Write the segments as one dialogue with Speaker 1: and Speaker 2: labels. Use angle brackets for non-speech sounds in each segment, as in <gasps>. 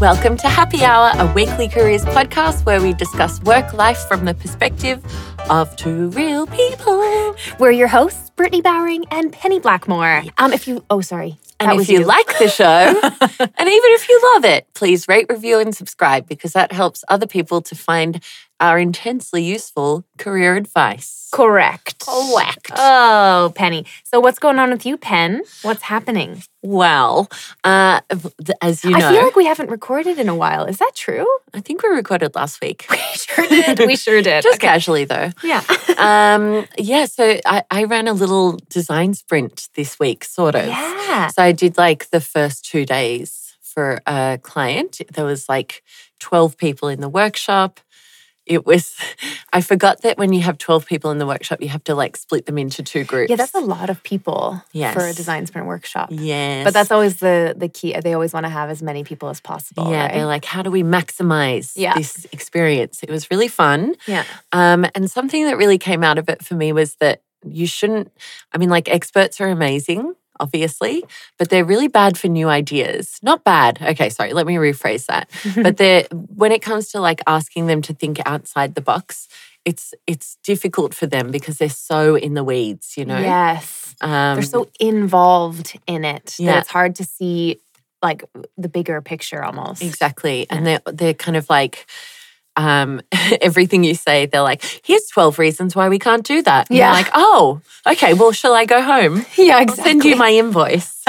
Speaker 1: Welcome to Happy Hour, a weekly careers podcast where we discuss work life from the perspective of two real people.
Speaker 2: We're your hosts, Brittany Bowering and Penny Blackmore. Um, if you, oh, sorry.
Speaker 1: And
Speaker 2: That
Speaker 1: if
Speaker 2: was
Speaker 1: you, like the
Speaker 2: <laughs>
Speaker 1: show, and even if you love it, please rate, review, and subscribe because that helps other people to find our intensely useful career advice.
Speaker 2: Correct.
Speaker 1: Correct.
Speaker 2: Oh, Penny. So what's going on with you, Pen? What's happening?
Speaker 1: Well, uh, th- as you know,
Speaker 2: I feel like we haven't recorded in a while. Is that true? <laughs>
Speaker 1: I think we recorded last week.
Speaker 2: We sure did. We sure did.
Speaker 1: Just
Speaker 2: okay.
Speaker 1: casually,
Speaker 2: <laughs>
Speaker 1: though.
Speaker 2: Yeah.
Speaker 1: um, yeah, so I, I ran a little design sprint this week, sort of.
Speaker 2: yeah.
Speaker 1: So I did like the first two days for a client. There was like 12 people in the workshop. It was, <laughs> I forgot that when you have 12 people in the workshop, you have to like split them into two groups.
Speaker 2: Yeah, that's a lot of people
Speaker 1: Yes.
Speaker 2: for a design sprint workshop.
Speaker 1: Yes.
Speaker 2: But that's always the the key. They always want to have as many people as possible.
Speaker 1: Yeah,
Speaker 2: right?
Speaker 1: they're like, how do we maximize
Speaker 2: Yeah.
Speaker 1: this experience? It was really fun.
Speaker 2: yeah.
Speaker 1: Um, and something that really came out of it for me was that you shouldn't, I mean, like experts are amazing, obviously, but they're really bad for new ideas. Not bad. Okay, sorry, let me rephrase that.
Speaker 2: <laughs>
Speaker 1: but they're, when it comes to like asking them to think outside the box, it's it's difficult for them because they're so in the weeds, you know.
Speaker 2: <laughs> Yes.
Speaker 1: Um,
Speaker 2: They're so involved in it
Speaker 1: yeah.
Speaker 2: that it's hard to see like the bigger picture almost. <laughs>
Speaker 1: Exactly. And they're they're kind of like um, <laughs> everything you say, they're like, here's 12 reasons why we can't do that. And you're
Speaker 2: Yeah.
Speaker 1: like, oh, okay, well, shall I go home?
Speaker 2: Yeah,
Speaker 1: I'll send you my
Speaker 2: <laughs>
Speaker 1: invoice. <laughs>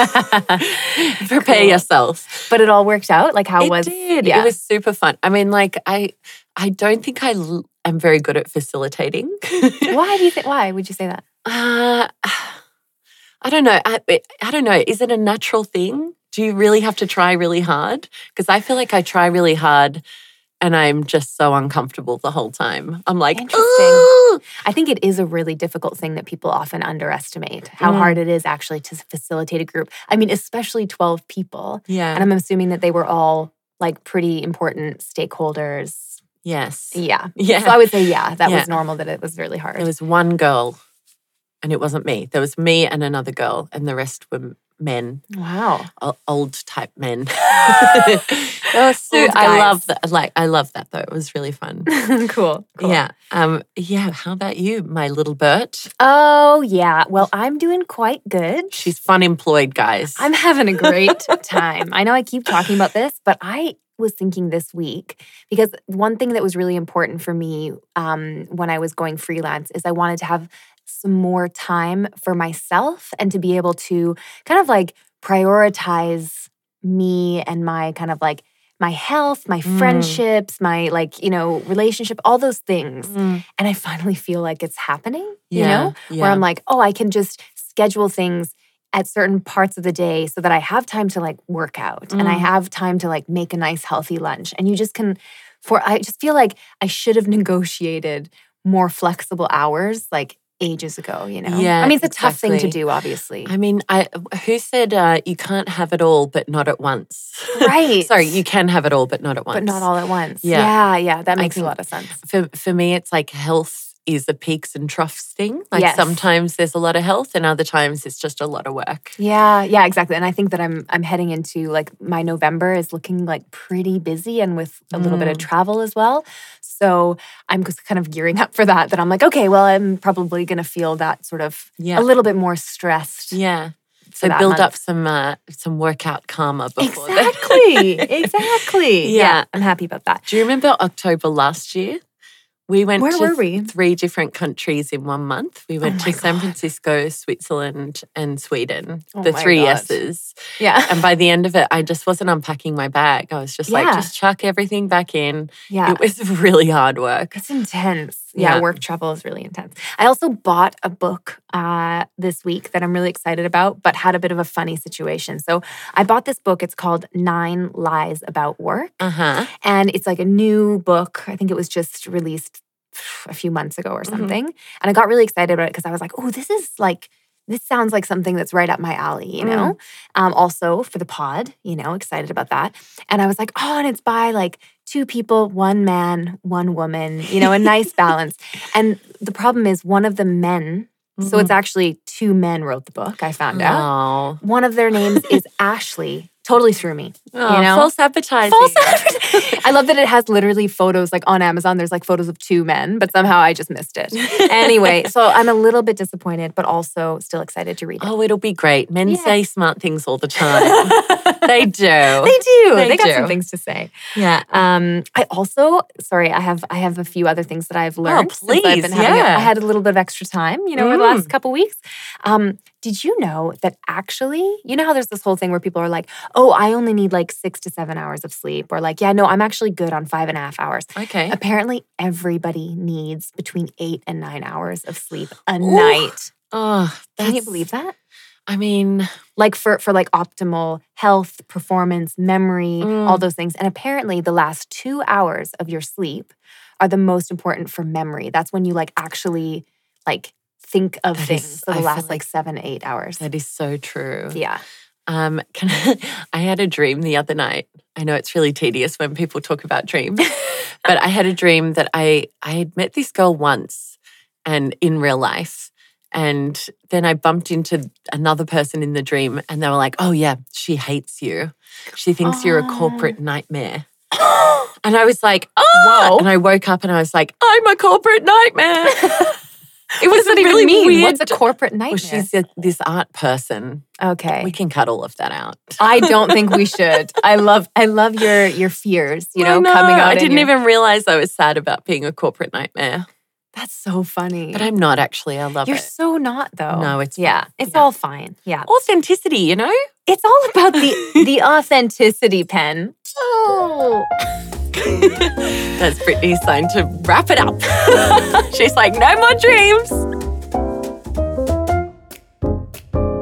Speaker 1: Prepare
Speaker 2: Cool.
Speaker 1: yourself.
Speaker 2: But it all worked out. Like how
Speaker 1: it
Speaker 2: was
Speaker 1: did.
Speaker 2: yeah.
Speaker 1: It was super fun. I mean, like, I I don't think I l- am very good at facilitating.
Speaker 2: why do you think why would you say that?
Speaker 1: uh, <sighs> I don't know. I, it- I don't know. Is it a natural thing? Do you really have to try really hard? Because I feel like I try really hard and I'm just so uncomfortable the whole time. I'm like,
Speaker 2: Interesting.
Speaker 1: "Ooh."
Speaker 2: I think it is a really difficult thing that people often underestimate how
Speaker 1: Mm.
Speaker 2: hard it is actually to facilitate a group. I mean, especially 12 people.
Speaker 1: Yeah.
Speaker 2: And I'm assuming that they were all like pretty important stakeholders.
Speaker 1: yes.
Speaker 2: Yeah.
Speaker 1: Yeah.
Speaker 2: <laughs> So I would say yeah, that
Speaker 1: Yeah.
Speaker 2: was normal that it was really hard.
Speaker 1: There was one girl, and it wasn't me. There was me and another girl, and the rest were men, <laughs>
Speaker 2: wow.
Speaker 1: o- old type men. <laughs> They were so-
Speaker 2: <laughs> Old
Speaker 1: I
Speaker 2: guys.
Speaker 1: love that. Like I love that though. It was really fun.
Speaker 2: cool. <laughs> Cool.
Speaker 1: Yeah. Um. Yeah. How about you, my little Bert?
Speaker 2: Oh, yeah. Well, I'm doing quite good.
Speaker 1: She's fun employed, guys.
Speaker 2: I'm having a great
Speaker 1: <laughs>
Speaker 2: time. I know I keep talking about this, but I was thinking this week because one thing that was really important for me um, when I was going freelance is I wanted to have some more time for myself and to be able to kind of like prioritize me and my kind of like my health, my
Speaker 1: Mm.
Speaker 2: friendships, my like, you know, relationship, all those things.
Speaker 1: Mm.
Speaker 2: And I finally feel like it's happening, you
Speaker 1: Yeah,
Speaker 2: know?
Speaker 1: yeah.
Speaker 2: where I'm like, oh, I can just schedule things at certain parts of the day so that I have time to like work out and I
Speaker 1: Mm.
Speaker 2: have time to like make a nice healthy lunch. And you just can, for I just feel like I should have <laughs> negotiated more flexible hours like ages ago, you know?
Speaker 1: Yeah,
Speaker 2: I mean, it's a tough thing to
Speaker 1: exactly.
Speaker 2: do, obviously.
Speaker 1: I mean, I who said uh, you can't have it all, but not at once? <laughs>
Speaker 2: right.
Speaker 1: Sorry, you can have it all, but not at once.
Speaker 2: But not all at once.
Speaker 1: Yeah.
Speaker 2: Yeah. Yeah. that
Speaker 1: I
Speaker 2: makes
Speaker 1: think-
Speaker 2: a lot of sense.
Speaker 1: for for me it's like health is a peaks and troughs thing like
Speaker 2: Yes.
Speaker 1: sometimes there's a lot of health and other times it's just a lot of work
Speaker 2: Yeah, yeah, exactly. And I think that I'm I'm heading into like my November is looking like pretty busy and with a little bit of
Speaker 1: Mm.
Speaker 2: travel as well. So I'm just kind of gearing up for that. That I'm like, okay, well, I'm probably gonna feel that sort of
Speaker 1: yeah
Speaker 2: a little bit more stressed.
Speaker 1: yeah so
Speaker 2: that
Speaker 1: build
Speaker 2: month.
Speaker 1: up some uh, some workout karma before that. <laughs>
Speaker 2: Exactly. exactly.
Speaker 1: Yeah.
Speaker 2: Yeah. I'm happy about that.
Speaker 1: do you remember october last year we went
Speaker 2: Where
Speaker 1: to
Speaker 2: were we?
Speaker 1: three different countries in one month we went
Speaker 2: Oh my
Speaker 1: to san
Speaker 2: God.
Speaker 1: francisco switzerland and sweden
Speaker 2: Oh
Speaker 1: the
Speaker 2: my
Speaker 1: three
Speaker 2: God.
Speaker 1: s's
Speaker 2: Yeah.
Speaker 1: and by the end of it i just wasn't unpacking my bag i was just like
Speaker 2: Yeah.
Speaker 1: just chuck everything back in
Speaker 2: Yeah.
Speaker 1: it was <laughs> really hard work
Speaker 2: It's intense. Yeah,
Speaker 1: Yeah.
Speaker 2: work travel is really intense. I also bought a book uh, this week that I'm really excited about, but had a bit of a funny situation. So I bought this book. It's called Nine Lies About Work.
Speaker 1: uh-huh
Speaker 2: And it's like a new book. I think it was just released a few months ago or
Speaker 1: Mhm.
Speaker 2: something. And I got really excited about it because I was like, oh, this is like, this sounds like something that's right up my alley, you know? Um, also for the pod, you know, excited about that. And I was like, oh, and it's by like two people, one man, one woman, you know, a nice balance. And the problem is, one of the men, so it's actually two men wrote the book, I found out.
Speaker 1: Oh.
Speaker 2: One of their names is Ashley, totally threw me.
Speaker 1: Oh,
Speaker 2: know?
Speaker 1: false advertising.
Speaker 2: False advertising. I love that it has literally photos like on Amazon. There's like photos of two men, but somehow I just
Speaker 1: <laughs>
Speaker 2: missed it. anyway, so I'm a little bit disappointed, but also still excited to read it.
Speaker 1: Oh, it'll be great. Men
Speaker 2: Yeah.
Speaker 1: say smart things
Speaker 2: <laughs>
Speaker 1: all the time. they do.
Speaker 2: they do.
Speaker 1: They
Speaker 2: They, got
Speaker 1: do.
Speaker 2: some things to say.
Speaker 1: yeah.
Speaker 2: <laughs> Um, I also sorry, I have I have a few other things that I've learned. since I've
Speaker 1: Oh, please,
Speaker 2: been having a-
Speaker 1: yeah.
Speaker 2: I had a little bit of extra time, you know, over the
Speaker 1: Mm.
Speaker 2: last couple weeks. Um, did you know that actually, you know how there's this whole thing where people are like, "Oh, I only need like six to seven hours of sleep," or like, "Yeah, no, I'm actually good on five and a half hours."
Speaker 1: Okay.
Speaker 2: Apparently, everybody needs between eight and nine hours of sleep a
Speaker 1: Ooh,
Speaker 2: night.
Speaker 1: Oh,
Speaker 2: Can you
Speaker 1: that's-
Speaker 2: believe that?
Speaker 1: I mean,
Speaker 2: Like for for like optimal health, performance, memory,
Speaker 1: Mm.
Speaker 2: all those things. And apparently, the last two hours of your sleep are the most important for memory. That's when you like actually like think of
Speaker 1: That is-
Speaker 2: things. so
Speaker 1: I
Speaker 2: the
Speaker 1: feel
Speaker 2: last
Speaker 1: like
Speaker 2: like seven eight hours.
Speaker 1: that is so true.
Speaker 2: Yeah.
Speaker 1: Um, can <laughs> I, I had a dream the other night. I know it's really tedious when people talk about
Speaker 2: <laughs>
Speaker 1: dreams, but I had a dream that I I had met this girl once, and in real life, and then I bumped into another person in the dream, and they were like, "Oh yeah, she hates you. She thinks you're a
Speaker 2: Oh.
Speaker 1: corporate
Speaker 2: <gasps>
Speaker 1: nightmare." And I was like, "Oh!"
Speaker 2: Whoa.
Speaker 1: And I woke up and I was like, "I'm a corporate
Speaker 2: <laughs>
Speaker 1: nightmare." it was
Speaker 2: What
Speaker 1: a
Speaker 2: do you
Speaker 1: really
Speaker 2: mean?
Speaker 1: weird.
Speaker 2: What's a corporate nightmare?
Speaker 1: well, she's a, this art person.
Speaker 2: okay.
Speaker 1: We can cut all of that out.
Speaker 2: I don't think
Speaker 1: <laughs>
Speaker 2: we should. I love I love your your fears, you know,
Speaker 1: I
Speaker 2: coming out.
Speaker 1: I
Speaker 2: in
Speaker 1: didn't
Speaker 2: your-
Speaker 1: even realize I was sad about being a corporate nightmare,
Speaker 2: That's so funny.
Speaker 1: but I'm not actually. I love
Speaker 2: You're
Speaker 1: it.
Speaker 2: so not though.
Speaker 1: No, it's
Speaker 2: yeah, it's
Speaker 1: Yeah.
Speaker 2: all fine. Yeah,
Speaker 1: Authenticity, you know?
Speaker 2: it's all about
Speaker 1: <laughs>
Speaker 2: the the authenticity, pen. Oh,
Speaker 1: That's Brittany's sign to wrap it
Speaker 2: <laughs>
Speaker 1: up. <laughs> She's like, no more dreams.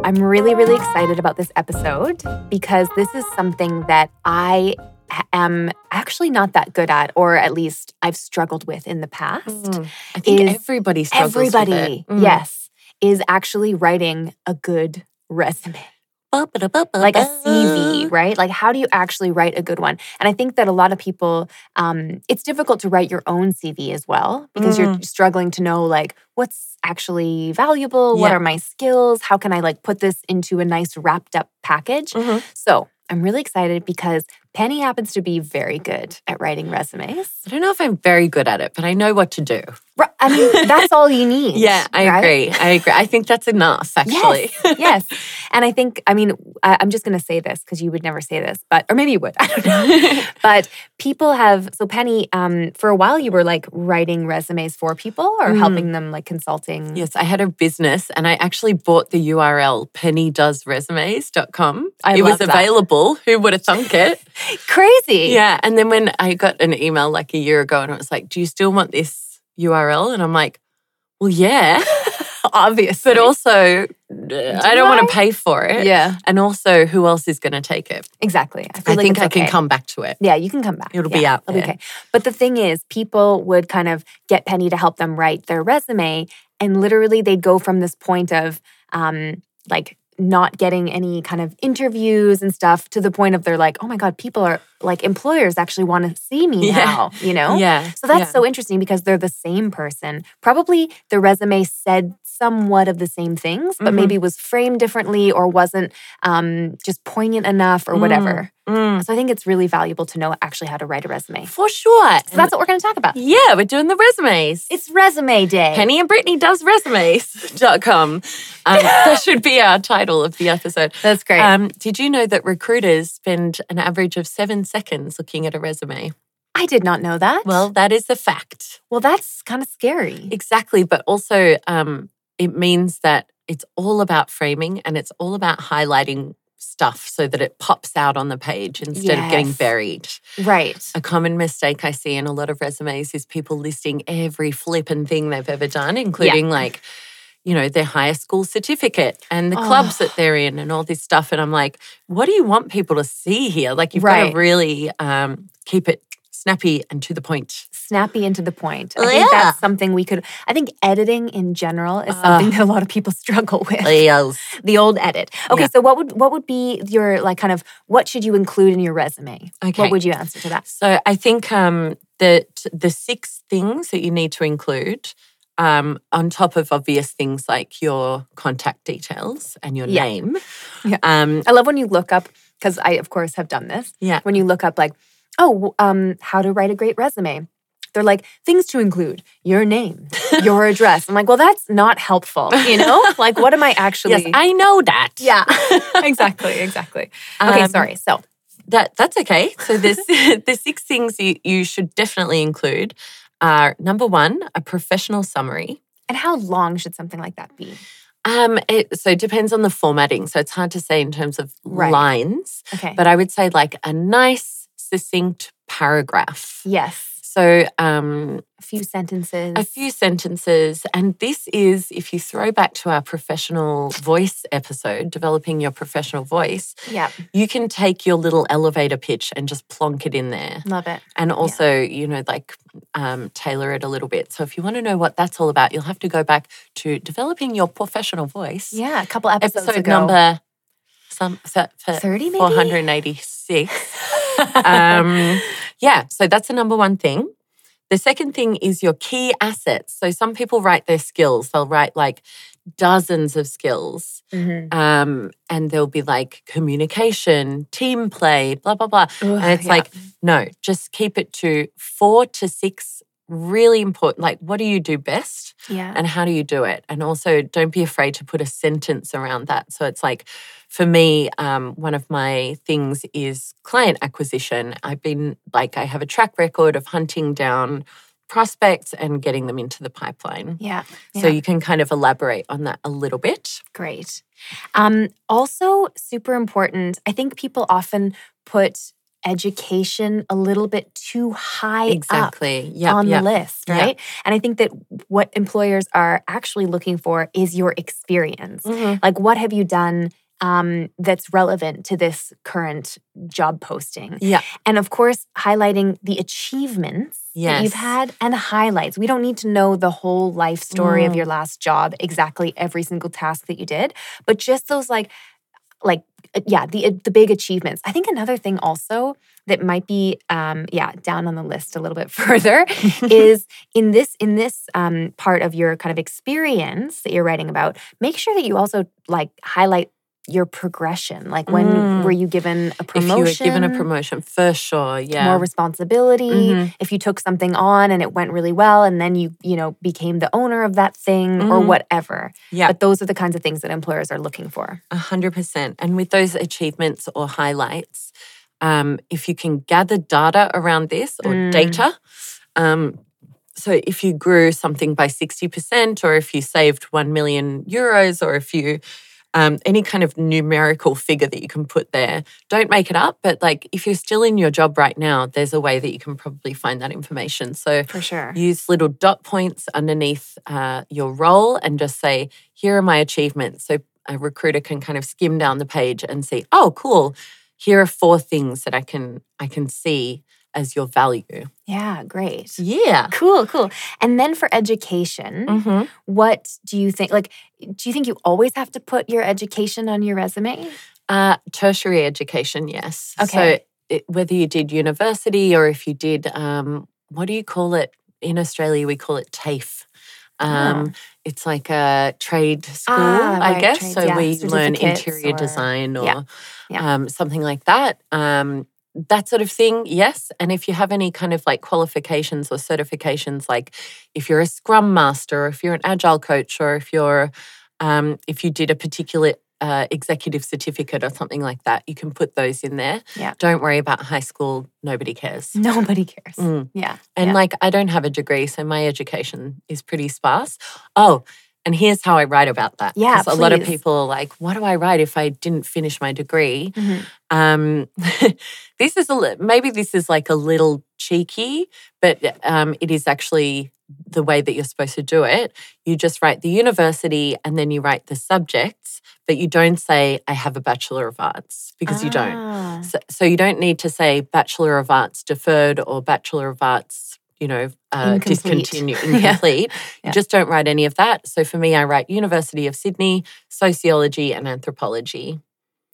Speaker 2: I'm really really excited about this episode because this is something that I ha- am actually not that good at, or at least I've struggled with in the past.
Speaker 1: I think
Speaker 2: Hmm. Is
Speaker 1: everybody Mm. struggles. with
Speaker 2: Everybody,
Speaker 1: it. Mm.
Speaker 2: yes, is actually writing a good resume.
Speaker 1: Ba-ba-da-ba-ba-ba.
Speaker 2: like a
Speaker 1: Uh-huh.
Speaker 2: CV, right? Like, how do you actually write a good one? And I think that a lot of people, um, it's difficult to write your own CV as well because you're
Speaker 1: Mm.
Speaker 2: struggling to know, like, what's actually valuable? What
Speaker 1: Yeah.
Speaker 2: are my skills? How can I, like, put this into a nice wrapped up package?
Speaker 1: Mhm.
Speaker 2: So I'm really excited because Penny happens to be very good at writing resumes.
Speaker 1: I don't know if I'm very good at it, but I know what to do.
Speaker 2: Ri- I mean, that's all you
Speaker 1: <laughs>
Speaker 2: need.
Speaker 1: Yeah, I
Speaker 2: right?
Speaker 1: agree. I agree. I think that's enough, actually. <laughs>
Speaker 2: yes. And I think, I mean, I, I'm just going to say this because you would never say this, but, or maybe you would, <laughs> I don't know.
Speaker 1: <laughs>
Speaker 2: but people have, so Penny, um, for a while you were like writing resumes for people or
Speaker 1: Mm.
Speaker 2: helping them like consulting.
Speaker 1: Yes, I had a business and I actually bought the URL pennydoesresumes.com.
Speaker 2: I
Speaker 1: it was
Speaker 2: love that.
Speaker 1: available. Who would have thunk
Speaker 2: <laughs>
Speaker 1: it?
Speaker 2: Crazy.
Speaker 1: yeah. And then when I got an email like a year ago and it was like, Do you still want this URL? And I'm like, Well, yeah. <laughs>
Speaker 2: Obvious.
Speaker 1: But also, I don't want to pay for it.
Speaker 2: Yeah.
Speaker 1: And also, who else is going to take it?
Speaker 2: Exactly.
Speaker 1: I
Speaker 2: feel like
Speaker 1: think
Speaker 2: it's
Speaker 1: I can
Speaker 2: okay.
Speaker 1: come back to it.
Speaker 2: Yeah, you can come back.
Speaker 1: It'll
Speaker 2: yeah.
Speaker 1: be out
Speaker 2: It'll be
Speaker 1: there.
Speaker 2: okay. But the thing is, people would kind of get Penny to help them write their resume, and literally they'd go from this point of um, like not getting any kind of interviews and stuff to the point of they're like, oh my god, people are like employers actually want to see
Speaker 1: <laughs>
Speaker 2: me
Speaker 1: Yeah.
Speaker 2: now, you know?
Speaker 1: Yeah.
Speaker 2: So that's
Speaker 1: yeah.
Speaker 2: so interesting because they're the same person. Probably the resume said somewhat of the same things,
Speaker 1: Mhm.
Speaker 2: but maybe was framed differently or wasn't um, just poignant enough or
Speaker 1: Mm.
Speaker 2: whatever.
Speaker 1: Mm.
Speaker 2: So I think it's really valuable to know actually how to write a resume. So
Speaker 1: For sure.
Speaker 2: that's what we're going to talk about.
Speaker 1: yeah, we're doing the resumes.
Speaker 2: It's resume day.
Speaker 1: Penny and Brittany does resumes.com.
Speaker 2: <laughs>
Speaker 1: Um, that should be our title of the episode.
Speaker 2: That's great.
Speaker 1: Um, did you know that recruiters spend an average of seven seconds looking at a resume?
Speaker 2: I did not know that.
Speaker 1: Well, that is a fact.
Speaker 2: well, that's kind of scary.
Speaker 1: Exactly. But also, um, it means that it's all about framing and it's all about highlighting stuff so that it pops out on the page instead of getting
Speaker 2: Yes.
Speaker 1: buried.
Speaker 2: right.
Speaker 1: A common mistake I see in a lot of resumes is people listing every flippin' thing they've ever done, including like, you know, their higher school certificate and the clubs that they're in and all this stuff. And I'm like, what do you want people to see here? Like, you've got
Speaker 2: Right.
Speaker 1: to really um, keep it snappy and to the
Speaker 2: <laughs>
Speaker 1: point.
Speaker 2: Snappy and to the point. I
Speaker 1: Oh,
Speaker 2: think
Speaker 1: yeah.
Speaker 2: that's something we could, I think editing in general is
Speaker 1: Ah.
Speaker 2: something <laughs> that a lot of people struggle with.
Speaker 1: Yes.
Speaker 2: the old edit. Okay,
Speaker 1: Yeah.
Speaker 2: so what would what would be your like kind of what should you include in your resume?
Speaker 1: Okay.
Speaker 2: What would you answer to that?
Speaker 1: So I think um, that the six things that you need to include, um, on top of obvious things like your contact details and your
Speaker 2: Yeah.
Speaker 1: name,
Speaker 2: Yeah.
Speaker 1: um,
Speaker 2: I love when you look up because I, of course, have done this.
Speaker 1: Yeah.
Speaker 2: When you look up, like, oh, um, how to write a great resume, they're like, things to include your name, your address. I'm like, well, that's not helpful, you know? like, what am I actually?
Speaker 1: Yes, I know that. <laughs>
Speaker 2: yeah, exactly, exactly. Okay,
Speaker 1: Um,
Speaker 2: sorry. So,
Speaker 1: That that's okay. So this <laughs> the six things you, you should definitely include are number one, a professional summary.
Speaker 2: and how long should something like that be?
Speaker 1: Um, it, so it depends on the formatting. So it's hard to say in terms of
Speaker 2: Right.
Speaker 1: lines,
Speaker 2: Okay.
Speaker 1: but I would say like a nice, succinct paragraph.
Speaker 2: yes,
Speaker 1: So um,
Speaker 2: a few sentences.
Speaker 1: a few sentences. And this is, if you throw back to our professional voice episode, developing your professional voice,
Speaker 2: Yeah,
Speaker 1: you can take your little elevator pitch and just plonk it in there.
Speaker 2: love it.
Speaker 1: And also, you know, like um, tailor it a little bit. So if you want to know what that's all about, you'll have to go back to developing your professional voice.
Speaker 2: Yeah, a couple episodes
Speaker 1: episode
Speaker 2: ago.
Speaker 1: number some, so- for
Speaker 2: 30 maybe? <laughs>
Speaker 1: 486. um, yeah, so that's the number one thing. The second thing is your key assets. So some people write their skills. They'll write like dozens of skills,
Speaker 2: Mhm.
Speaker 1: um, and there'll be like communication, team play, blah blah blah.
Speaker 2: Ugh,
Speaker 1: And it's
Speaker 2: yeah.
Speaker 1: like no, just keep it to four to six really important. Like, what do you do best?
Speaker 2: yeah.
Speaker 1: and how do you do it? And also, don't be afraid to put a sentence around that. So it's like, for me, um, one of my things is client acquisition. I've been like, I have a track record of hunting down prospects and getting them into the pipeline.
Speaker 2: yeah.
Speaker 1: So
Speaker 2: yeah.
Speaker 1: you can kind of elaborate on that a little bit.
Speaker 2: Great. Um, also, super important. I think people often put education a little bit too high up
Speaker 1: Exactly. Yeah.
Speaker 2: uh, on
Speaker 1: Yeah.
Speaker 2: the list,
Speaker 1: Yep.
Speaker 2: right? And I think that what employers are actually looking for is your experience.
Speaker 1: Mhm.
Speaker 2: Like, what have you done? Um, that's relevant to this current job posting.
Speaker 1: Yeah.
Speaker 2: And of course, highlighting the achievements that you've
Speaker 1: Yes.
Speaker 2: had and the highlights. We don't need to know the whole life story of
Speaker 1: Mm.
Speaker 2: your last job, exactly every single task that you did, but just those like like uh, yeah, the the big achievements. I think another thing also that might be um yeah, down on the list a little bit <laughs> further <laughs> is in this in this um part of your kind of experience that you're writing about, make sure that you also like highlight your progression. Like when
Speaker 1: Mm.
Speaker 2: were you given a
Speaker 1: If you
Speaker 2: Mm-hmm. promotion?
Speaker 1: were given a promotion, for sure. Yeah.
Speaker 2: more responsibility
Speaker 1: Mhm.
Speaker 2: if you took something on and it went really well and then you you know became the owner of that thing or
Speaker 1: Mhm.
Speaker 2: whatever
Speaker 1: Yeah.
Speaker 2: but those are the kinds of things that employers are looking for
Speaker 1: A hundred percent. And with those achievements or highlights, um, if you can gather data around this or
Speaker 2: Mm.
Speaker 1: data, um, so if you grew something by sixty percent, or if you saved one million euros, or if you um, any kind of numerical figure that you can put there, don't make it up. But like, if you're still in your job right now, there's a way that you can probably find that information. So
Speaker 2: for sure
Speaker 1: use little dot points underneath uh, your role and just say, here are my achievements. So a recruiter can kind of skim down the page and see, oh, cool. Here are four things that I can I can see as your value.
Speaker 2: yeah great
Speaker 1: Yeah.
Speaker 2: cool cool and then for education
Speaker 1: Mm-hmm.
Speaker 2: what do you think like do you think you always have to put your education on your resume
Speaker 1: Uh, tertiary education, yes.
Speaker 2: Okay.
Speaker 1: So it, whether you did university or if you did, um, what do you call it in Australia? We call it TAFE. Um, It's like a trade school,
Speaker 2: Ah,
Speaker 1: I
Speaker 2: right,
Speaker 1: guess.
Speaker 2: trades,
Speaker 1: so
Speaker 2: yeah,
Speaker 1: we learn
Speaker 2: certificates
Speaker 1: interior
Speaker 2: or-
Speaker 1: design or
Speaker 2: yeah, yeah.
Speaker 1: Um, something like that. Um, that sort of thing, yes. And if you have any kind of like qualifications or certifications, like if you're a Scrum master, or if you're an Agile coach, or if you're um, if you did a particular uh, executive certificate or something like that, you can put those in there.
Speaker 2: Yeah.
Speaker 1: Don't worry about high school. Nobody cares.
Speaker 2: nobody cares
Speaker 1: Mm.
Speaker 2: yeah
Speaker 1: And
Speaker 2: Yeah.
Speaker 1: like, I don't have a degree, so my education is pretty sparse. Oh, and here's how I write about that.
Speaker 2: Yeah,
Speaker 1: 'cause a lot of
Speaker 2: please.
Speaker 1: people are like, what do I write if I didn't finish my degree?
Speaker 2: Mhm.
Speaker 1: Um, <laughs> this is a li- maybe this is like a little cheeky, but um, it is actually the way that you're supposed to do it. You just write the university and then you write the subjects, but you don't say I have a bachelor of arts because you don't.
Speaker 2: Ah.
Speaker 1: So, so you don't need to say Bachelor of Arts deferred or Bachelor of Arts, you know, uh,
Speaker 2: Incomplete.
Speaker 1: discontinued,
Speaker 2: <laughs> Yeah.
Speaker 1: incomplete.
Speaker 2: Yeah.
Speaker 1: You just don't write any of that. So for me, I write University of Sydney, Sociology and Anthropology.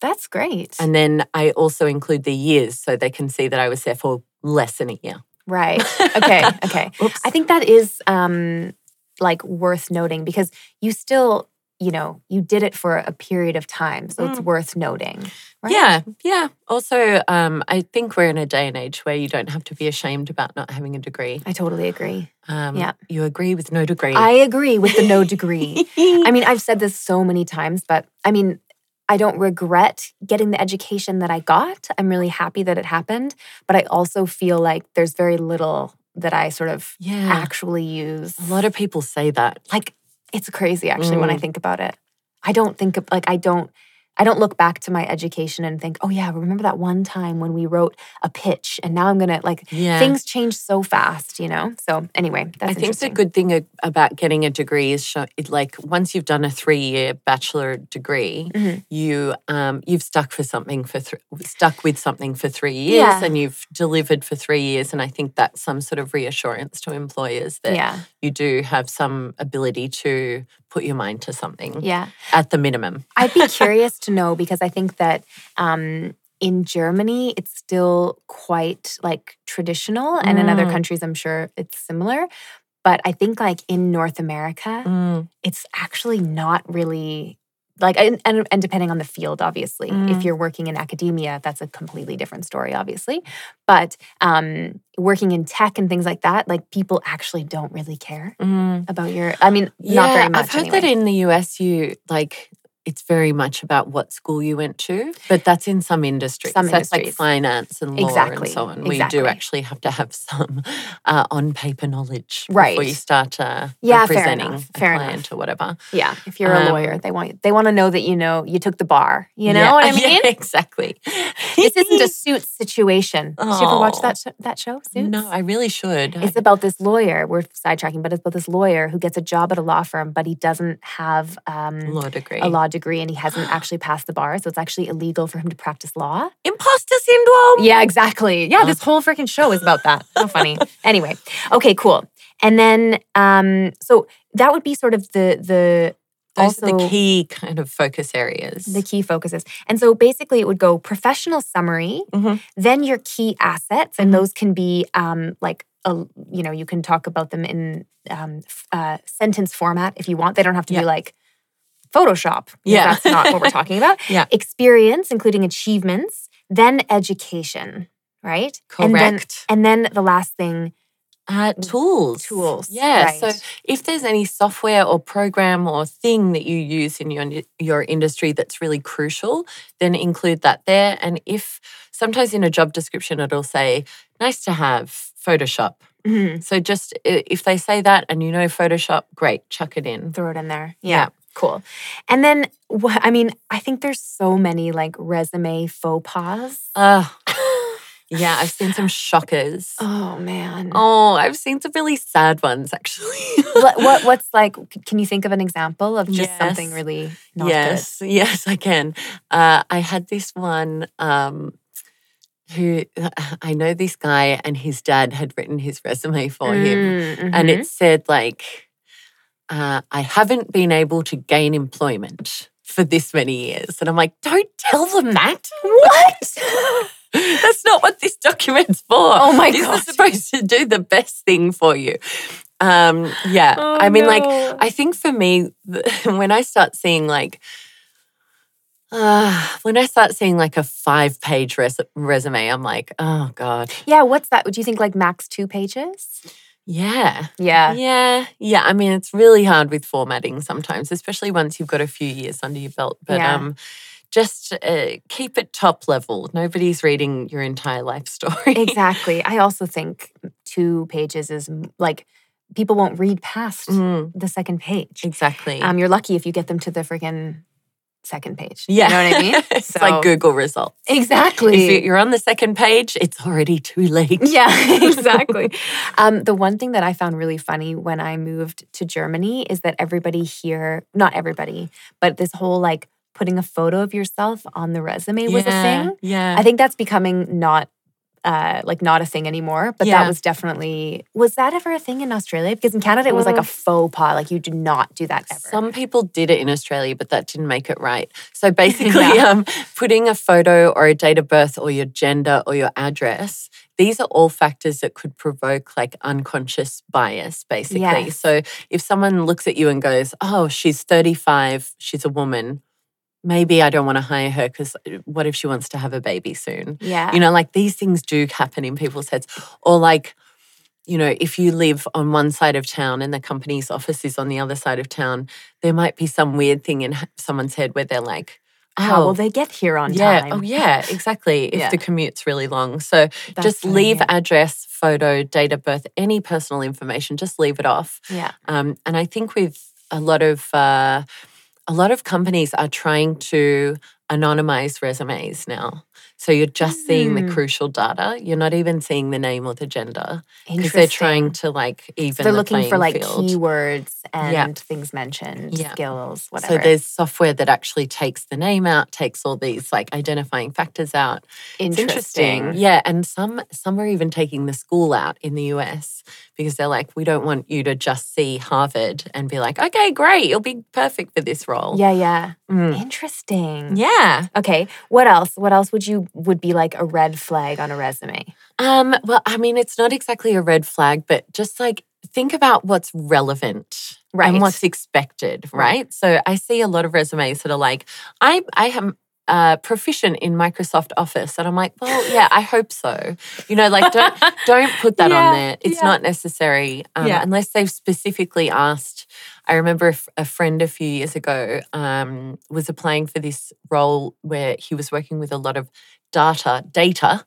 Speaker 2: that's great
Speaker 1: And then I also include the years so they can see that I was there for less than a year. <laughs>
Speaker 2: right okay okay
Speaker 1: Oops.
Speaker 2: I think that is um, like worth noting because you still you know, you did it for a period of time. So it's worth noting. right?
Speaker 1: Mm. Yeah, yeah. Also, um, I think we're in a day and age where you don't have to be ashamed about not having a degree.
Speaker 2: I totally agree.
Speaker 1: Um,
Speaker 2: Yeah.
Speaker 1: You agree with no degree.
Speaker 2: I agree with
Speaker 1: <laughs>
Speaker 2: the no degree. I mean, I've said this so many times, but I mean, I don't regret getting the education that I got. I'm really happy that it happened, but I also feel like there's very little that I sort of
Speaker 1: yeah.
Speaker 2: actually use.
Speaker 1: A lot of people say that.
Speaker 2: like it's crazy actually when I
Speaker 1: Mm.
Speaker 2: think about it. I don't think of like I don't I don't look back to my education and think, "Oh yeah, remember that one time when we wrote a pitch and now I'm going to like
Speaker 1: Yeah.
Speaker 2: things change so fast, you know?" So, anyway, that's
Speaker 1: I think the
Speaker 2: interesting.
Speaker 1: good thing a- about getting a degree is show, it, like once you've done a three-year bachelor degree,
Speaker 2: Mhm.
Speaker 1: you um, you've stuck for something for thr stuck with something for three years,
Speaker 2: Yeah.
Speaker 1: and you've delivered for three years. And I think that's some sort of reassurance to employers that
Speaker 2: yeah.
Speaker 1: you do have some ability to put your mind to something
Speaker 2: Yeah.
Speaker 1: at the minimum.
Speaker 2: I'd
Speaker 1: <laughs>
Speaker 2: be curious to know because I think that um, in Germany, it's still quite like traditional, and in other
Speaker 1: Mm.
Speaker 2: countries, I'm sure it's similar. But I think like in North America,
Speaker 1: Mm,
Speaker 2: it's actually not really like and, and, and depending on the field obviously if
Speaker 1: Mm.
Speaker 2: you're working in academia that's a completely different story obviously but um, working in tech and things like that like people actually don't really care
Speaker 1: mm.
Speaker 2: about your i mean not very much
Speaker 1: I've heard
Speaker 2: anyway.
Speaker 1: that in the US, you like it's very much about what school you went to, but that's in some industries.
Speaker 2: Some
Speaker 1: that's
Speaker 2: industries.
Speaker 1: like finance and law
Speaker 2: Exactly,
Speaker 1: and so on, where you
Speaker 2: exactly.
Speaker 1: do actually have to have <laughs> some uh, on paper knowledge before
Speaker 2: Right.
Speaker 1: you start uh,
Speaker 2: Yeah, fair
Speaker 1: representing
Speaker 2: enough,
Speaker 1: a
Speaker 2: fair enough.
Speaker 1: client or whatever.
Speaker 2: yeah if you're a
Speaker 1: um,
Speaker 2: lawyer they want they want to know that you know you took the bar you know
Speaker 1: Yeah. <laughs>
Speaker 2: what i
Speaker 1: Yeah,
Speaker 2: mean
Speaker 1: exactly.
Speaker 2: <laughs> this isn't
Speaker 1: <laughs>
Speaker 2: a suits situation did you ever watch
Speaker 1: Oh.
Speaker 2: that sh- that show suits
Speaker 1: No, I really should.
Speaker 2: It's about this lawyer. We're sidetracking, but it's about this lawyer who gets a job at a law firm, but he doesn't have um,
Speaker 1: law degree.
Speaker 2: a law degree and he
Speaker 1: <gasps>
Speaker 2: hasn't actually passed the bar. So it's actually illegal for him to practice law.
Speaker 1: Imposter syndrome.
Speaker 2: Yeah, exactly. Yeah, this whole freaking show is about that. How funny. anyway, okay, cool. And then, um, so that would be sort of the the
Speaker 1: Those are
Speaker 2: also-
Speaker 1: the key kind of focus areas.
Speaker 2: the key focuses. And so basically, it would go professional summary,
Speaker 1: Mhm.
Speaker 2: then your key assets, and
Speaker 1: Mhm.
Speaker 2: those can be um, like a, you know you can talk about them in um, f- uh, sentence format if you want. They don't have to
Speaker 1: Yeah.
Speaker 2: be like Photoshop. because
Speaker 1: Yeah.
Speaker 2: that's
Speaker 1: <laughs>
Speaker 2: not what we're talking about.
Speaker 1: Yeah.
Speaker 2: experience, including achievements, then education, right?
Speaker 1: Correct.
Speaker 2: And then, and then the last thing,
Speaker 1: Uh, tools.
Speaker 2: tools.
Speaker 1: Yeah. So
Speaker 2: right.
Speaker 1: if there's any software or program or thing that you use in your your industry that's really crucial, then include that there. And if sometimes in a job description it'll say nice to have Photoshop.
Speaker 2: Mhm.
Speaker 1: So just i- if they say that and you know Photoshop, great, chuck it in.
Speaker 2: throw it in there.
Speaker 1: Yeah.
Speaker 2: Cool. And then, wha- I mean, I think there's so many like resume faux pas.
Speaker 1: Ugh. yeah, I've seen some shockers.
Speaker 2: Oh man.
Speaker 1: Oh, I've seen some really sad ones actually.
Speaker 2: What, what what's like? c- Can you think of an example of just something
Speaker 1: Yes.
Speaker 2: really not
Speaker 1: yes, <laughs> yes, I can. Uh, I had this one um, who <laughs> I know this guy, and his dad had written his resume
Speaker 2: good
Speaker 1: for him,
Speaker 2: Mm-hmm.
Speaker 1: and it said like, uh, "I haven't been able to gain employment for this many years," and I'm like, "Don't tell them that." <laughs>
Speaker 2: <laughs>
Speaker 1: What? That's not what this document's for.
Speaker 2: Oh my
Speaker 1: this
Speaker 2: God.
Speaker 1: is supposed to do the best thing for you. Um, yeah,
Speaker 2: Oh
Speaker 1: I mean, like I think for me, <laughs> the- when I start seeing like, uh, when I start seeing like a five page res- resume, I'm like, oh God.
Speaker 2: yeah, what's that? Do you think like max two pages?
Speaker 1: Yeah.
Speaker 2: Yeah,
Speaker 1: Yeah. Yeah. I mean, it's really hard with formatting sometimes, especially once you've got a few years under your belt. But
Speaker 2: Yeah.
Speaker 1: um, just uh, keep it top level. Nobody's reading your entire life <laughs> story.
Speaker 2: exactly. I also think two pages is m- like people won't read past
Speaker 1: Mm,
Speaker 2: the second page.
Speaker 1: exactly.
Speaker 2: Um, you're lucky if you get them to the freaking second page.
Speaker 1: yeah.
Speaker 2: you know what I mean.
Speaker 1: <laughs> it's
Speaker 2: So-
Speaker 1: like Google results.
Speaker 2: <laughs> Exactly.
Speaker 1: If you're on the second page, it's already too late. <laughs>
Speaker 2: Yeah, exactly. um, the one thing that I found really funny when I moved to Germany is that everybody here, not everybody, but this whole like putting a photo of yourself on the resume was a thing.
Speaker 1: Yeah.
Speaker 2: I think that's becoming not. Uh, like not a thing anymore, but that
Speaker 1: Yeah.
Speaker 2: was definitely was that ever a thing in Australia? Because in Canada it was like a faux pas, like you do not do that ever.
Speaker 1: Some people did it in Australia, but that didn't make it right. So basically,
Speaker 2: <laughs> Yeah.
Speaker 1: um, putting a photo or a date of birth or your gender or your address, these are all factors that could provoke like unconscious bias, basically.
Speaker 2: Yes.
Speaker 1: So if someone looks at you and goes, Oh, she's 35, she's a woman, maybe I don't want to hire her because what if she wants to have a baby soon?
Speaker 2: Yeah.
Speaker 1: Uh, You know, like these things do happen in people's heads. Or like, you know, if you live on one side of town and the company's office is on the other side of town, there might be some weird thing in h- someone's head where they're like, oh,
Speaker 2: How will they get here on
Speaker 1: yeah,
Speaker 2: time?
Speaker 1: oh yeah, exactly. If
Speaker 2: Yeah.
Speaker 1: the commute's really long. So
Speaker 2: That's
Speaker 1: just
Speaker 2: what I
Speaker 1: leave
Speaker 2: mean.
Speaker 1: address, photo, date of birth, any personal information, just leave it off.
Speaker 2: Yeah.
Speaker 1: Um, and I think with a lot of uh, a lot of companies are trying to anonymize resumes now. So you're just seeing the
Speaker 2: Mm.
Speaker 1: crucial data. You're not even seeing the name or the gender because
Speaker 2: Interesting.
Speaker 1: they're trying to like even.
Speaker 2: They're
Speaker 1: the
Speaker 2: looking for
Speaker 1: playing
Speaker 2: like
Speaker 1: field.
Speaker 2: keywords and
Speaker 1: Yeah.
Speaker 2: things mentioned,
Speaker 1: Yeah.
Speaker 2: skills,
Speaker 1: So
Speaker 2: whatever.
Speaker 1: there's software that actually takes the name out, takes all these like identifying factors out. It's interesting. Yeah, and some some are even taking the school out in the US because they're like, we don't want you to just see Harvard and be like, okay, great, you'll be perfect for this role.
Speaker 2: Yeah, yeah.
Speaker 1: Mm.
Speaker 2: Interesting.
Speaker 1: Yeah.
Speaker 2: Okay. What else? What else would you would be like a red flag on a resume?
Speaker 1: Um, well, I mean, it's not exactly a red flag, but just like think about what's relevant.
Speaker 2: Right.
Speaker 1: And what's expected,
Speaker 2: Right.
Speaker 1: right? So I see a lot of resumes that are like, I I am uh, proficient in Microsoft Office. And I'm like, well, yeah, I hope so. You know, like don't
Speaker 2: <laughs>
Speaker 1: don't put that
Speaker 2: Yeah,
Speaker 1: on there. It's
Speaker 2: yeah.
Speaker 1: not necessary um,
Speaker 2: Yeah.
Speaker 1: unless they've specifically asked. I remember a, f- a friend a few years ago um, was applying for this role where he was working with a lot of data, data,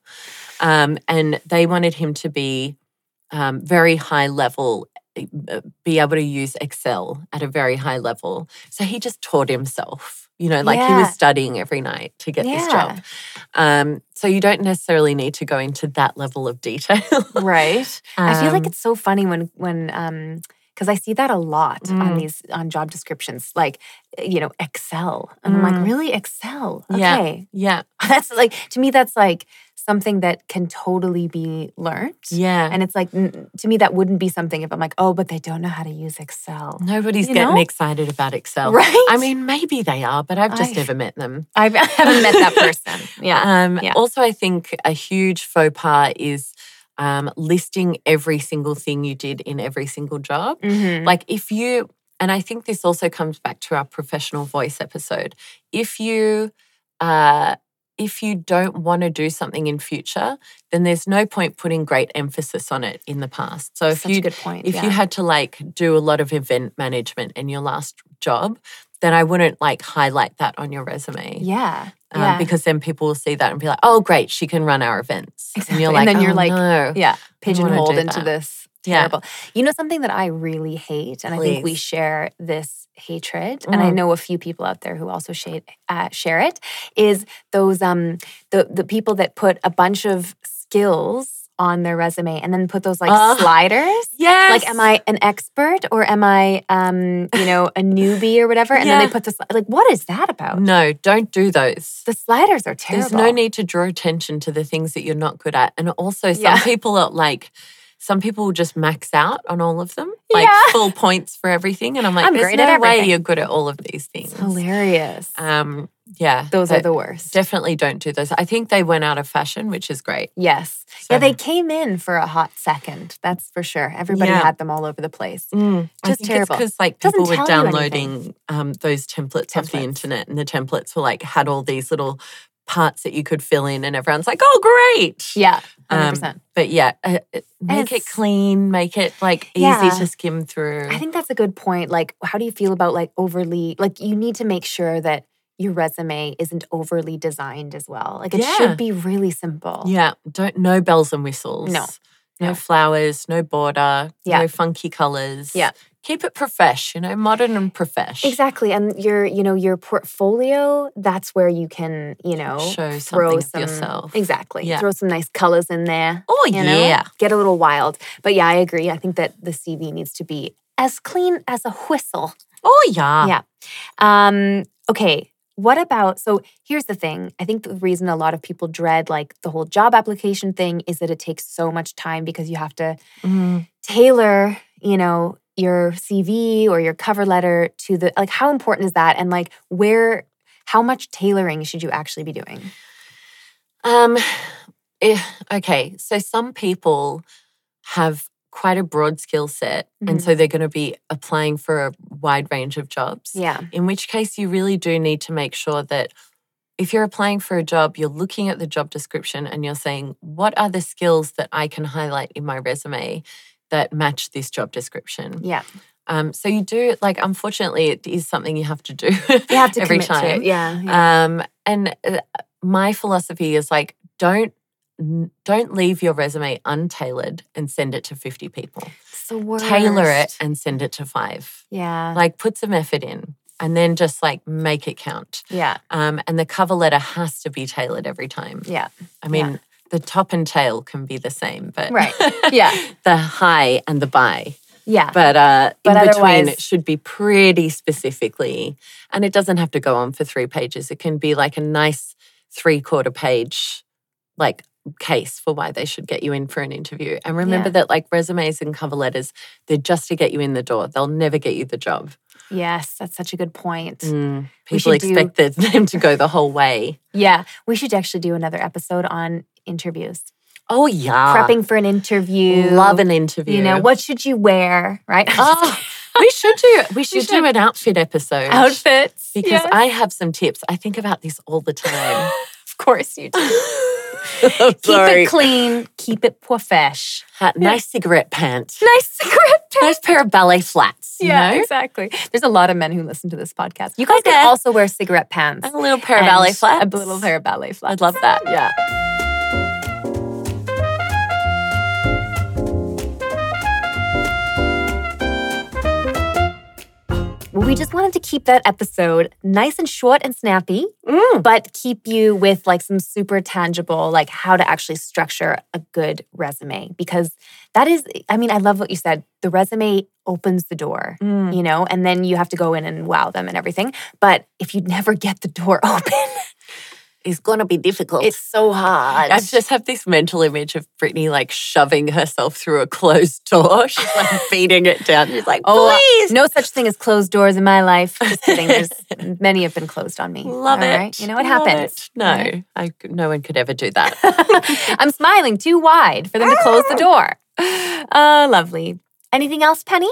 Speaker 1: um, and they wanted him to be um, very high level, uh, be able to use Excel at a very high level. So he just taught himself. You know, like he
Speaker 2: Yeah.
Speaker 1: was studying every night to get this job. Um, so you don't necessarily need to go into that level of detail. <laughs>
Speaker 2: Right. I feel like
Speaker 1: Um,
Speaker 2: it's so funny when when um because I see that a lot on
Speaker 1: Mm.
Speaker 2: these on job descriptions, like eh, you know Excel, and I'm
Speaker 1: Mm.
Speaker 2: like, really Excel?
Speaker 1: Yeah.
Speaker 2: Okay, <laughs>
Speaker 1: yeah,
Speaker 2: that's like to me that's like something that can totally be learned.
Speaker 1: yeah.
Speaker 2: And it's like n- to me that wouldn't be something if I'm like, oh, but they don't know how to use Excel,
Speaker 1: Nobody's
Speaker 2: you
Speaker 1: getting
Speaker 2: know?
Speaker 1: excited about Excel.
Speaker 2: <laughs> right?
Speaker 1: I mean, maybe they are, but I've just
Speaker 2: I-
Speaker 1: never met them.
Speaker 2: I've, I haven't met that
Speaker 1: <laughs>
Speaker 2: person. Yeah,
Speaker 1: Um,
Speaker 2: yeah.
Speaker 1: Also, I think a huge faux pas is um, listing every single thing you did in every single job.
Speaker 2: Mhm.
Speaker 1: Like if you, and I think this also comes back to our professional voice episode. If you, uh, if you don't want to do something in future, then there's no point putting great emphasis on it in the past. So if
Speaker 2: such
Speaker 1: you
Speaker 2: a good point.
Speaker 1: if you
Speaker 2: yeah.
Speaker 1: had to like do a lot of event management in your last job, then I wouldn't like highlight that on your resume.
Speaker 2: yeah,
Speaker 1: Um,
Speaker 2: yeah.
Speaker 1: Because then people will see that and be like, "Oh, great, she can run our events."
Speaker 2: Exactly. And then you're
Speaker 1: "Oh,
Speaker 2: like,
Speaker 1: no."
Speaker 2: yeah
Speaker 1: wanna do
Speaker 2: pigeonholed into
Speaker 1: that.
Speaker 2: this
Speaker 1: Yeah.
Speaker 2: terrible you know something that i really hate and i think we
Speaker 1: Please.
Speaker 2: share this hatred and i
Speaker 1: Mm.
Speaker 2: know a few people out there who also shade, uh, share it is those um the, the people that put a bunch of skills on their resume and then put those like
Speaker 1: Oh.
Speaker 2: sliders
Speaker 1: yes.
Speaker 2: like am i an expert or am i um you know a newbie or whatever and then
Speaker 1: Yeah.
Speaker 2: they put this like what is that about
Speaker 1: No, don't do those.
Speaker 2: the sliders are terrible
Speaker 1: There's no need to draw attention to the things that you're not good at. And also, some
Speaker 2: Yeah.
Speaker 1: people are like, some people will just max out on all of them, like
Speaker 2: Yeah.
Speaker 1: full points for everything. And I'm like,
Speaker 2: I'm
Speaker 1: there's
Speaker 2: great
Speaker 1: no
Speaker 2: at
Speaker 1: way
Speaker 2: everything.
Speaker 1: you're good at all of these things.
Speaker 2: it's hilarious
Speaker 1: Um, yeah,
Speaker 2: those
Speaker 1: but
Speaker 2: are the worst
Speaker 1: definitely don't do those. I think they went out of fashion, which is great.
Speaker 2: Yes.
Speaker 1: So-
Speaker 2: Yeah, they came in for a hot second. That's for sure. Everybody
Speaker 1: Yeah.
Speaker 2: had them all over the place.
Speaker 1: Mm, I
Speaker 2: Just
Speaker 1: think
Speaker 2: terrible.
Speaker 1: Because like
Speaker 2: Doesn't
Speaker 1: people were
Speaker 2: tell you anything.
Speaker 1: downloading um, those templates, off the
Speaker 2: Templates.
Speaker 1: internet, and the templates were like had all these little parts that you could fill in, and everyone's like, "Oh, great!"
Speaker 2: Yeah,
Speaker 1: Um,
Speaker 2: 100%.
Speaker 1: But yeah, uh, uh, make it
Speaker 2: it's-
Speaker 1: clean, make it like easy
Speaker 2: Yeah.
Speaker 1: to skim through.
Speaker 2: I think that's a good point. Like, how do you feel about like overly, like, you need to make sure that your resume isn't overly designed as well. Like, it
Speaker 1: Yeah.
Speaker 2: should be really simple.
Speaker 1: yeah, don't no bells and whistles.
Speaker 2: No,
Speaker 1: No,
Speaker 2: no.
Speaker 1: flowers, no border,
Speaker 2: Yeah.
Speaker 1: no funky colors.
Speaker 2: Yeah.
Speaker 1: Keep it profesh, you know, modern and profesh.
Speaker 2: Exactly. And your, you know, your portfolio, that's where you can, you know,
Speaker 1: Show
Speaker 2: throw
Speaker 1: something
Speaker 2: some,
Speaker 1: of yourself.
Speaker 2: Exactly.
Speaker 1: Yeah.
Speaker 2: Throw some nice colors in there.
Speaker 1: Oh,
Speaker 2: you know?
Speaker 1: yeah.
Speaker 2: Get a little wild. But yeah, I agree. I think that the CV needs to be as clean as a whistle.
Speaker 1: Oh, yeah.
Speaker 2: Yeah. Um, okay. What about so here's the thing. I think the reason a lot of people dread like the whole job application thing is that it takes so much time because you have to
Speaker 1: Mm.
Speaker 2: tailor, you know, your CV or your cover letter to the like how important is that and like where how much tailoring should you actually be doing?
Speaker 1: Um, eh, okay, so some people have quite a broad skill set, and
Speaker 2: Mhm.
Speaker 1: so they're going to be applying for a wide range of jobs.
Speaker 2: Yeah.
Speaker 1: In which case, you really do need to make sure that if you're applying for a job, you're looking at the job description and you're saying, what are the skills that I can highlight in my resume that match this job description?
Speaker 2: Yeah.
Speaker 1: Um, so you do, like, unfortunately, it is something you have to do.
Speaker 2: You have
Speaker 1: <laughs>
Speaker 2: to
Speaker 1: Every
Speaker 2: commit to
Speaker 1: time.
Speaker 2: it. Yeah. yeah.
Speaker 1: um, and uh, my philosophy is like, don't n- don't leave your resume untailored and send it to 50 people.
Speaker 2: It's the worst.
Speaker 1: Tailor it and send it to five.
Speaker 2: Yeah.
Speaker 1: Like put some effort in and then just like make it count.
Speaker 2: yeah.
Speaker 1: Um, and the cover letter has to be tailored every time.
Speaker 2: Yeah.
Speaker 1: I mean, the top and tail can be the same, but
Speaker 2: Right. Yeah.
Speaker 1: <laughs> the high and the buy.
Speaker 2: Yeah.
Speaker 1: But, uh,
Speaker 2: But
Speaker 1: in between,
Speaker 2: otherwise-
Speaker 1: it should be pretty specifically. And it doesn't have to go on for three pages. It can be like a nice three quarter page, like, case for why they should get you in for an interview. And remember
Speaker 2: Yeah.
Speaker 1: that, like, resumes and cover letters, they're just to get you in the door, they'll never get you the job.
Speaker 2: yes, that's such a good point.
Speaker 1: Mm,
Speaker 2: We
Speaker 1: People
Speaker 2: should do-
Speaker 1: expect the- <laughs> them to go the whole way.
Speaker 2: Yeah. We should actually do another episode on interviews.
Speaker 1: Oh yeah,
Speaker 2: Prepping for an interview.
Speaker 1: Love an interview.
Speaker 2: You know, <laughs> what should you wear? Right?
Speaker 1: <laughs> Oh, we should do. We should, do
Speaker 2: should.
Speaker 1: an outfit episode.
Speaker 2: <laughs> Outfits.
Speaker 1: Because
Speaker 2: yes.
Speaker 1: I have some tips. I think about this all the time.
Speaker 2: of course, you do.
Speaker 1: <laughs> I'm
Speaker 2: Keep
Speaker 1: sorry.
Speaker 2: it clean. Keep it profesh.
Speaker 1: Ha- nice cigarette pants.
Speaker 2: Nice <laughs> secret.
Speaker 1: Nice pair of ballet flats. You
Speaker 2: Yeah,
Speaker 1: know?
Speaker 2: exactly. There's a lot of men who listen to this podcast. You guys
Speaker 1: Okay.
Speaker 2: can also wear cigarette pants.
Speaker 1: a little pair of
Speaker 2: and
Speaker 1: ballet flats.
Speaker 2: A little pair of ballet
Speaker 1: I'd
Speaker 2: flats.
Speaker 1: love that. Yeah.
Speaker 2: Well, we just wanted to keep that episode nice and short and snappy,
Speaker 1: Mm.
Speaker 2: but keep you with like some super tangible, like how to actually structure a good resume. Because that is, I mean, I love what you said. The resume opens the door,
Speaker 1: Mm.
Speaker 2: you know, and then you have to go in and wow them and everything. But if you never get the door <laughs> open,
Speaker 1: It's gonna be difficult.
Speaker 2: it's so hard.
Speaker 1: I just have this mental image of Brittany like shoving herself through a closed door. <laughs> She's like beating it down. She's like,
Speaker 2: Oh, I-
Speaker 1: please.
Speaker 2: No such thing as closed doors in my life. Just kidding. There's
Speaker 1: <laughs>
Speaker 2: many have been closed on me.
Speaker 1: Love
Speaker 2: All
Speaker 1: it.
Speaker 2: right? You know what
Speaker 1: Love
Speaker 2: happens.
Speaker 1: it. No, I, c- no one could ever do that.
Speaker 2: <laughs> I'm smiling too wide for them to close
Speaker 1: Ah!
Speaker 2: the door. Oh, lovely. Anything else, Penny?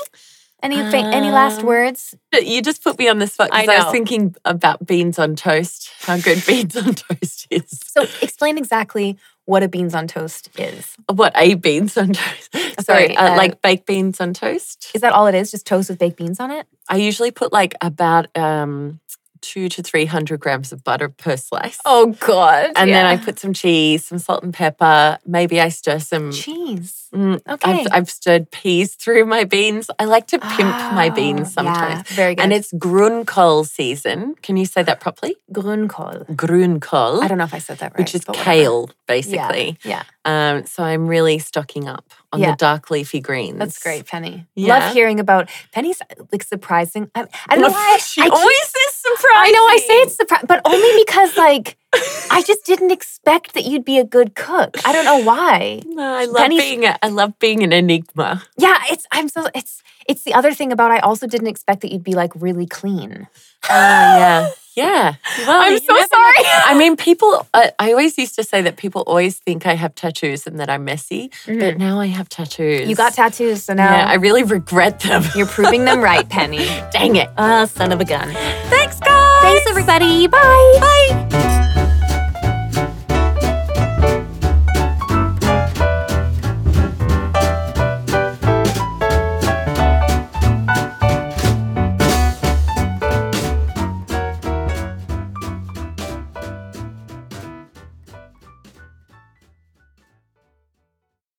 Speaker 2: Any fa- any last
Speaker 1: Um,
Speaker 2: words?
Speaker 1: But you just put me on the spot
Speaker 2: I
Speaker 1: because I, was
Speaker 2: know.
Speaker 1: thinking about beans on toast, how good <laughs> beans on toast is.
Speaker 2: So explain exactly what a beans on toast is.
Speaker 1: What a beans on
Speaker 2: <laughs>
Speaker 1: toast? Sorry,
Speaker 2: Sorry,
Speaker 1: uh,
Speaker 2: uh,
Speaker 1: like baked beans on toast.
Speaker 2: Is that all it is? Just toast with baked beans on it?
Speaker 1: I usually put like about um, two to 300 grams of butter per slice.
Speaker 2: Oh God!
Speaker 1: and then I put some cheese, some salt and pepper. Maybe I stir some.
Speaker 2: cheese.
Speaker 1: Mm,
Speaker 2: Okay.
Speaker 1: I've, I've stirred peas through my beans. I like to pimp my
Speaker 2: Oh,
Speaker 1: beans sometimes.
Speaker 2: Yeah, very good.
Speaker 1: And it's Grünkohl season. Can you say that properly?
Speaker 2: grünkohl.
Speaker 1: Grünkohl,
Speaker 2: I don't know if I said that right.
Speaker 1: which is
Speaker 2: but whatever.
Speaker 1: kale, basically.
Speaker 2: Yeah,
Speaker 1: Um, so I'm really stocking up on
Speaker 2: Yeah.
Speaker 1: the dark leafy greens.
Speaker 2: that's great, Penny.
Speaker 1: Yeah.
Speaker 2: Love hearing about Penny's like surprising. I, I don't know why
Speaker 1: she
Speaker 2: I keep-
Speaker 1: always oh, is surprised.
Speaker 2: I know I say it's surprising, but only
Speaker 1: <laughs>
Speaker 2: because like I just didn't expect that you'd be a good cook. I don't know why.
Speaker 1: No, I love
Speaker 2: Penny's-
Speaker 1: being a, I love being an enigma.
Speaker 2: Yeah, it's I'm so it's it's the other thing about I also didn't expect that you'd be like really clean.
Speaker 1: Oh yeah, yeah. Well,
Speaker 2: Ah, I'm
Speaker 1: you
Speaker 2: so
Speaker 1: never know.
Speaker 2: sorry.
Speaker 1: I mean, people. I, I always used to say that people always think I have tattoos and that I'm messy, but now I have tattoos.
Speaker 2: Mm-hmm. You got tattoos, so now
Speaker 1: Yeah, I really regret them. Ah,
Speaker 2: you're proving them right, Penny.
Speaker 1: Dang it.
Speaker 2: Oh, son of a gun.
Speaker 1: <laughs> Thanks, guys.
Speaker 2: Thanks everybody. Bye. Bye.